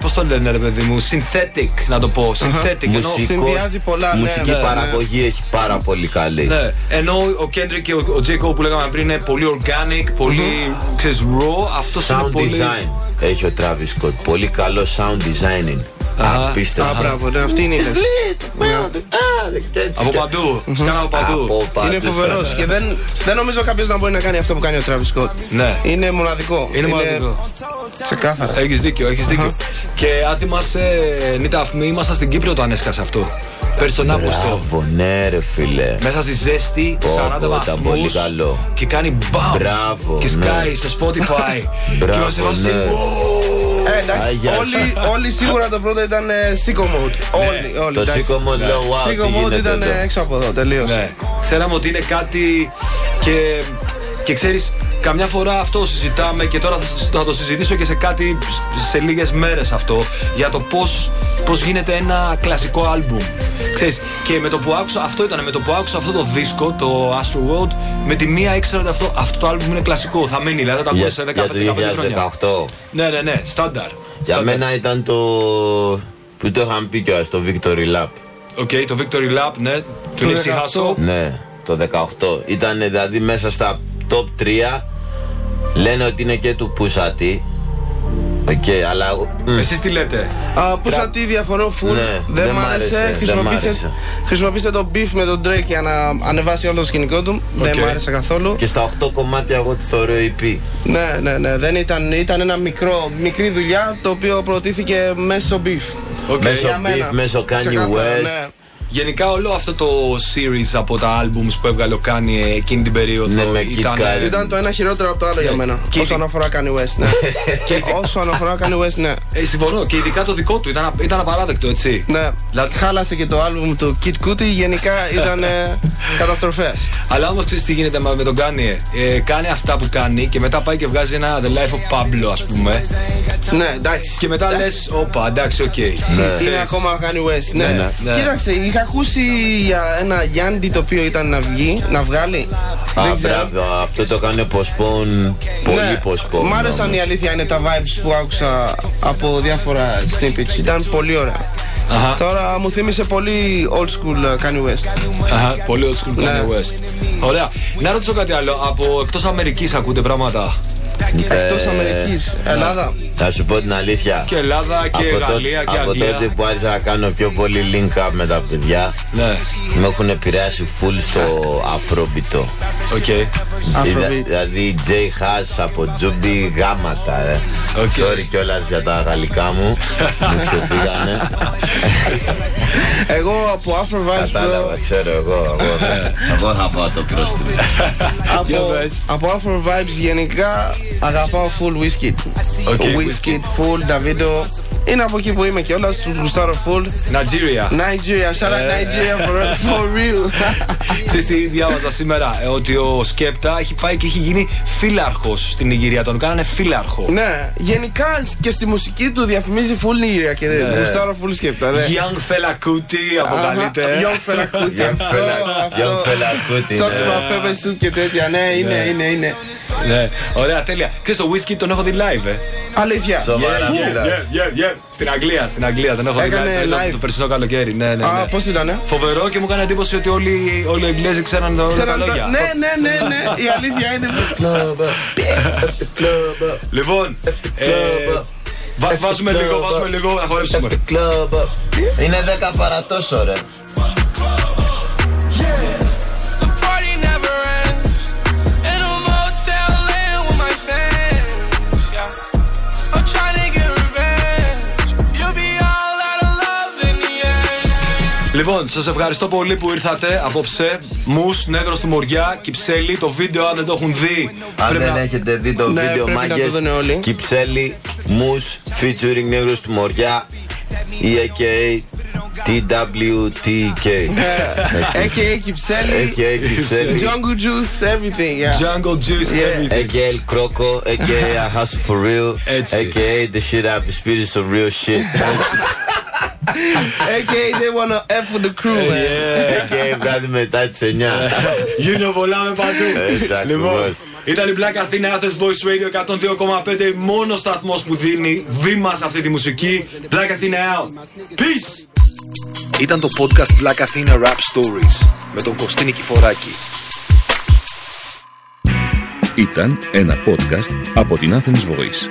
Speaker 3: Πώς το λένε, ρε παιδί μου, synthetic να το πω. Synthetic ενώ.
Speaker 7: Μουσική.
Speaker 4: Συνδυάζει πολλά, ναι,
Speaker 7: Μουσική
Speaker 4: ναι, ναι.
Speaker 7: παραγωγή έχει πάρα πολύ καλή.
Speaker 3: Ναι, ενώ ο Kendrick και ο, ο J. Cole που λέγαμε πριν είναι πολύ organic, πολύ ξέρεις, raw. Αυτός είναι
Speaker 7: Sound
Speaker 3: πολύ.
Speaker 7: design έχει ο Travis Scott. Πολύ καλό sound designing.
Speaker 3: Αχα.
Speaker 4: Α,
Speaker 7: Απίστευτο.
Speaker 4: μπράβο, ναι, αυτή είναι η θέση.
Speaker 3: Από παντού. Σκάνα από παντού.
Speaker 4: Είναι φοβερός και δεν, δεν νομίζω κάποιος να μπορεί να κάνει αυτό που κάνει ο Travis Scott.
Speaker 3: Ναι.
Speaker 4: Είναι μοναδικό.
Speaker 3: Είναι μοναδικό.
Speaker 4: Ξεκάθαρα.
Speaker 3: Έχεις δίκιο, έχεις δίκιο. Και άντι μα, ε, Νίτα Αφμή, ήμασταν στην Κύπρο όταν έσκασε αυτό. Πέρσι τον Αύγουστο.
Speaker 7: Μπράβο, ναι, ρε φίλε.
Speaker 3: Μέσα στη ζέστη,
Speaker 7: Πω,
Speaker 3: 40
Speaker 7: πω, ήταν πολύ
Speaker 3: βαθμούς
Speaker 7: καλό.
Speaker 3: Και κάνει μπαμ.
Speaker 7: Μπράβο,
Speaker 3: Και
Speaker 7: ναι.
Speaker 3: σκάει στο Spotify. και
Speaker 7: Μπράβο,
Speaker 3: μας έβασε.
Speaker 7: ναι.
Speaker 4: Ε, εντάξει,
Speaker 7: Άγια.
Speaker 4: όλοι, όλοι σίγουρα το πρώτο ήταν ε, sicko mode. Όλοι, όλοι.
Speaker 7: Το
Speaker 4: εντάξει.
Speaker 7: σήκω μου λέω, wow, τι
Speaker 4: Sicko mode
Speaker 7: γίνεται
Speaker 4: ήταν ε,
Speaker 7: εδώ.
Speaker 4: έξω από εδώ, τελείωσε.
Speaker 3: Ναι. Ξέραμε ότι είναι κάτι και, και ξέρεις Καμιά φορά αυτό συζητάμε και τώρα θα, σ- θα το συζητήσω και σε κάτι σ- σε λίγες μέρες αυτό για το πώς, πώς γίνεται ένα κλασικό άλμπουμ. Ξέρεις, και με το που άκουσα, αυτό ήταν με το που άκουσα αυτό το δίσκο, το Astro World, με τη μία ήξερα ότι αυτό, αυτό το άλμπουμ είναι κλασικό, θα μείνει, δηλαδή θα το
Speaker 7: Για,
Speaker 3: ακούω σε
Speaker 7: για
Speaker 3: 15-15 χρόνια.
Speaker 7: το 2018.
Speaker 3: Ναι, ναι, ναι, στάνταρ.
Speaker 7: Για μένα ήταν το. που το είχαμε πει κιόλας, το Victory Lap.
Speaker 3: Οκ, το Victory Lap, ναι, του Nipsey
Speaker 4: 18.
Speaker 3: Hussle.
Speaker 7: Ναι, το 18. Ήταν δηλαδή μέσα στα top 3. Λένε ότι είναι και του Πουσατή. Οκ, αλλά. μμ,
Speaker 3: Εσείς τι λέτε.
Speaker 4: Α, Που σαν τι διαφωνώ φουλ,
Speaker 7: Ναι,
Speaker 4: δεν μ' άρεσε.
Speaker 7: δεν μ' άρεσε.
Speaker 4: Χρησιμοποίησε, χρησιμοποίησε τον beef με τον Drake για να ανεβάσει όλο το σκηνικό του. Δεν
Speaker 3: Οκ.
Speaker 4: μ' άρεσε καθόλου.
Speaker 7: Και στα 8 κομμάτια εγώ τη θεωρώ EP.
Speaker 4: Ναι, ναι, ναι. Δεν ήταν, ήταν ένα μικρό, μικρή δουλειά το οποίο προωθήθηκε μέσα στο beef.
Speaker 3: Οκ.
Speaker 7: Μέσω
Speaker 4: Για μένα.
Speaker 7: beef, μέσω Kanye
Speaker 4: Ξεκάθαρα,
Speaker 7: West.
Speaker 4: ναι.
Speaker 3: Γενικά όλο αυτό το series από τα albums που έβγαλε ο Kanye εκείνη την περίοδο
Speaker 7: Ναι, με Kid Cudi.
Speaker 4: Ήταν το ένα χειρότερο από το άλλο για μένα.
Speaker 3: Και-
Speaker 4: Όσον αφορά Kanye West,
Speaker 7: (laughs)
Speaker 4: ναι. Όσον αφορά Kanye West, ναι.
Speaker 3: Ε, συμφωνώ και ειδικά το δικό του ήταν, α- ήταν απαράδεκτο, έτσι.
Speaker 4: Ναι,
Speaker 3: Δηλαδή-
Speaker 4: χάλασε και το άλμπουμ του Kid Cudi, γενικά ήταν ε,
Speaker 3: (laughs)
Speaker 4: καταστροφές.
Speaker 3: Αλλά όμως ξέρεις τι γίνεται με με τον Kanye. Ε, κάνει αυτά που κάνει και μετά πάει και βγάζει ένα The Life of Pablo, ας πούμε.
Speaker 4: Ναι, εντάξει.
Speaker 3: Και μετά λες, Όπα, εντάξει, οκ.
Speaker 4: Είναι ακόμα Kanye West, ναι.
Speaker 3: Ε, Ναι, ναι.
Speaker 4: Κοίταξε, είχα ακούσει για ένα Γιάννη το οποίο ήταν να βγει, να βγάλει.
Speaker 7: Α,
Speaker 4: Δεν ξέρω. Ναι,
Speaker 7: μπράβο, αυτό το κάνει postpone. Πολύ postpone.
Speaker 4: Μ' άρεσαν
Speaker 7: όμως.
Speaker 4: η αλήθεια είναι τα vibes που άκουσα από διάφορα snippets. Ήταν πολύ ωραία.
Speaker 3: Αχα.
Speaker 4: Τώρα μου θύμισε πολύ old school ε, Kanye West.
Speaker 3: Αχα, πολύ old school Kanye West. Ναι. Ωραία. Να ρωτήσω κάτι άλλο. Από εκτός Αμερικής ακούτε πράγματα. Ε,
Speaker 4: Εκτός Αμερικής,
Speaker 3: ναι.
Speaker 4: Ελλάδα.
Speaker 7: Θα σου πω την αλήθεια.
Speaker 3: Και Ελλάδα και
Speaker 7: από τότε-
Speaker 3: Γαλλία και
Speaker 7: από τότε
Speaker 3: Αγγλία.
Speaker 7: που άρχισα να κάνω πιο πολύ link up με τα παιδιά,
Speaker 3: Ναι,
Speaker 7: με έχουν επηρεάσει full στο αφρόμπιτο.
Speaker 3: οκ.
Speaker 7: Είδα-
Speaker 4: Afrobeat.
Speaker 7: Δηλαδή J Haas από Τζούμπι γάματα ρε
Speaker 3: Οκ.
Speaker 7: Sorry κιόλας για τα γαλλικά
Speaker 3: (laughs)
Speaker 7: μου Μου ξεφύγανε
Speaker 4: Εγώ από Afro Vibes
Speaker 7: Κατάλαβα
Speaker 4: Bro,
Speaker 7: ξέρω εγώ εγώ- ναι. Εγώ θα πάω στο κρόστι
Speaker 3: Για
Speaker 4: ε, από,
Speaker 3: πες.
Speaker 4: από Afro Vibes γενικά αγαπάω full whisky.
Speaker 3: Οκ,
Speaker 4: Whisky, full, Davido. Είναι από εκεί που είμαι και όλα τους γουστάρω full.
Speaker 3: Nigeria.
Speaker 4: Nigeria, shout
Speaker 7: Ε.
Speaker 4: out Nigeria for, for
Speaker 7: (laughs)
Speaker 4: real.
Speaker 3: Ξέρεις τι διάβαζα σήμερα, ε, ότι ο Σκέπτα έχει πάει και έχει γίνει φύλαρχος στην Ιγυρία. Τον κάνανε φύλαρχο.
Speaker 4: ναι, γενικά και στη μουσική του διαφημίζει full Nigeria και γουστάρω full σκέπτα. Ναι.
Speaker 3: Young Fella Kuti αποκαλείται.
Speaker 4: Γιον Φελακούτσι,
Speaker 7: Young
Speaker 4: αυτό,
Speaker 7: Fella- Young
Speaker 4: αυτό.
Speaker 7: Fella Kuti,
Speaker 4: Τσόκιμα,
Speaker 7: ναι.
Speaker 4: πέπε σου και τέτοια, ναι, είναι, είναι, είναι.
Speaker 3: Ναι, ωραία, τέλεια. Ξέρεις το whisky τον έχω δει live, ε.
Speaker 4: Αλήθεια.
Speaker 7: Σοβαρά ναι.
Speaker 3: Yeah,
Speaker 7: μιλάς
Speaker 3: yeah, yeah, yeah. Στην Αγγλία, στην Αγγλία τον έχω δει
Speaker 4: Ναι, Έκανε
Speaker 3: live. Το είδα
Speaker 4: live.
Speaker 3: Το περσινό καλοκαίρι, ναι, ναι. ναι.
Speaker 4: Α, πώς ήτανε.
Speaker 3: Φοβερό και μου έκανε εντύπωση ότι όλοι, όλοι οι Εγγλέζοι ξέραν τα
Speaker 4: Ξέραν τα-
Speaker 3: λόγια.
Speaker 4: Ναι, ναι, ναι, ναι, η αλήθεια είναι.
Speaker 3: Λοιπόν, ε, βα- βάζουμε λίγο, βάζουμε λίγο να χορέψουμε.
Speaker 7: Είναι 10 παρά τόσο ρε
Speaker 9: party never ends. In a motel in with my sins. Yeah. I'm trying to get revenge. You'll be all out of love in the end.
Speaker 3: Λοιπόν, σας ευχαριστώ πολύ που ήρθατε απόψε. Μους, νεύρο του Μωριά, Κυψέλη. Το βίντεο, αν δεν το έχουν δει,
Speaker 7: Αν
Speaker 3: πρέπει
Speaker 7: δεν
Speaker 3: να-
Speaker 7: έχετε δει το
Speaker 4: Ναι,
Speaker 7: βίντεο
Speaker 4: πρέπει να το
Speaker 7: μάγκες
Speaker 4: δουν όλοι.
Speaker 7: Κυψέλη Μους Featuring Νέγρος του Μωριά E EAKA TWTK
Speaker 4: Ναι. Ε, AKA Κυψέλη,
Speaker 7: EAKA Κυψέλη
Speaker 4: Jungle Juice, everything, yeah.
Speaker 3: Jungle Juice
Speaker 4: Yeah.
Speaker 3: everything.
Speaker 7: AKA El Croco, AKA A Hustle for Real,
Speaker 3: Έτσι.
Speaker 7: AKA The Shit I've Been Speaking Some Real Shit,
Speaker 4: AKA they wanna F with the
Speaker 7: Ε,
Speaker 4: crew, man.
Speaker 7: AKA Βράδυ μετά τις 9.
Speaker 3: Γίνω πολλά με
Speaker 7: Έτσι
Speaker 3: παντού.
Speaker 7: ακριβώς.
Speaker 3: ήταν η Black Athena Athens Voice Radio 102,5. Μόνο σταθμός που δίνει βήμα σε αυτή τη μουσική. Black Athena out. Peace!
Speaker 2: Ήταν το podcast Black Athena Rap Stories με τον Κωστή Νικηφοράκη.
Speaker 1: Ήταν ένα podcast από την Athens Voice.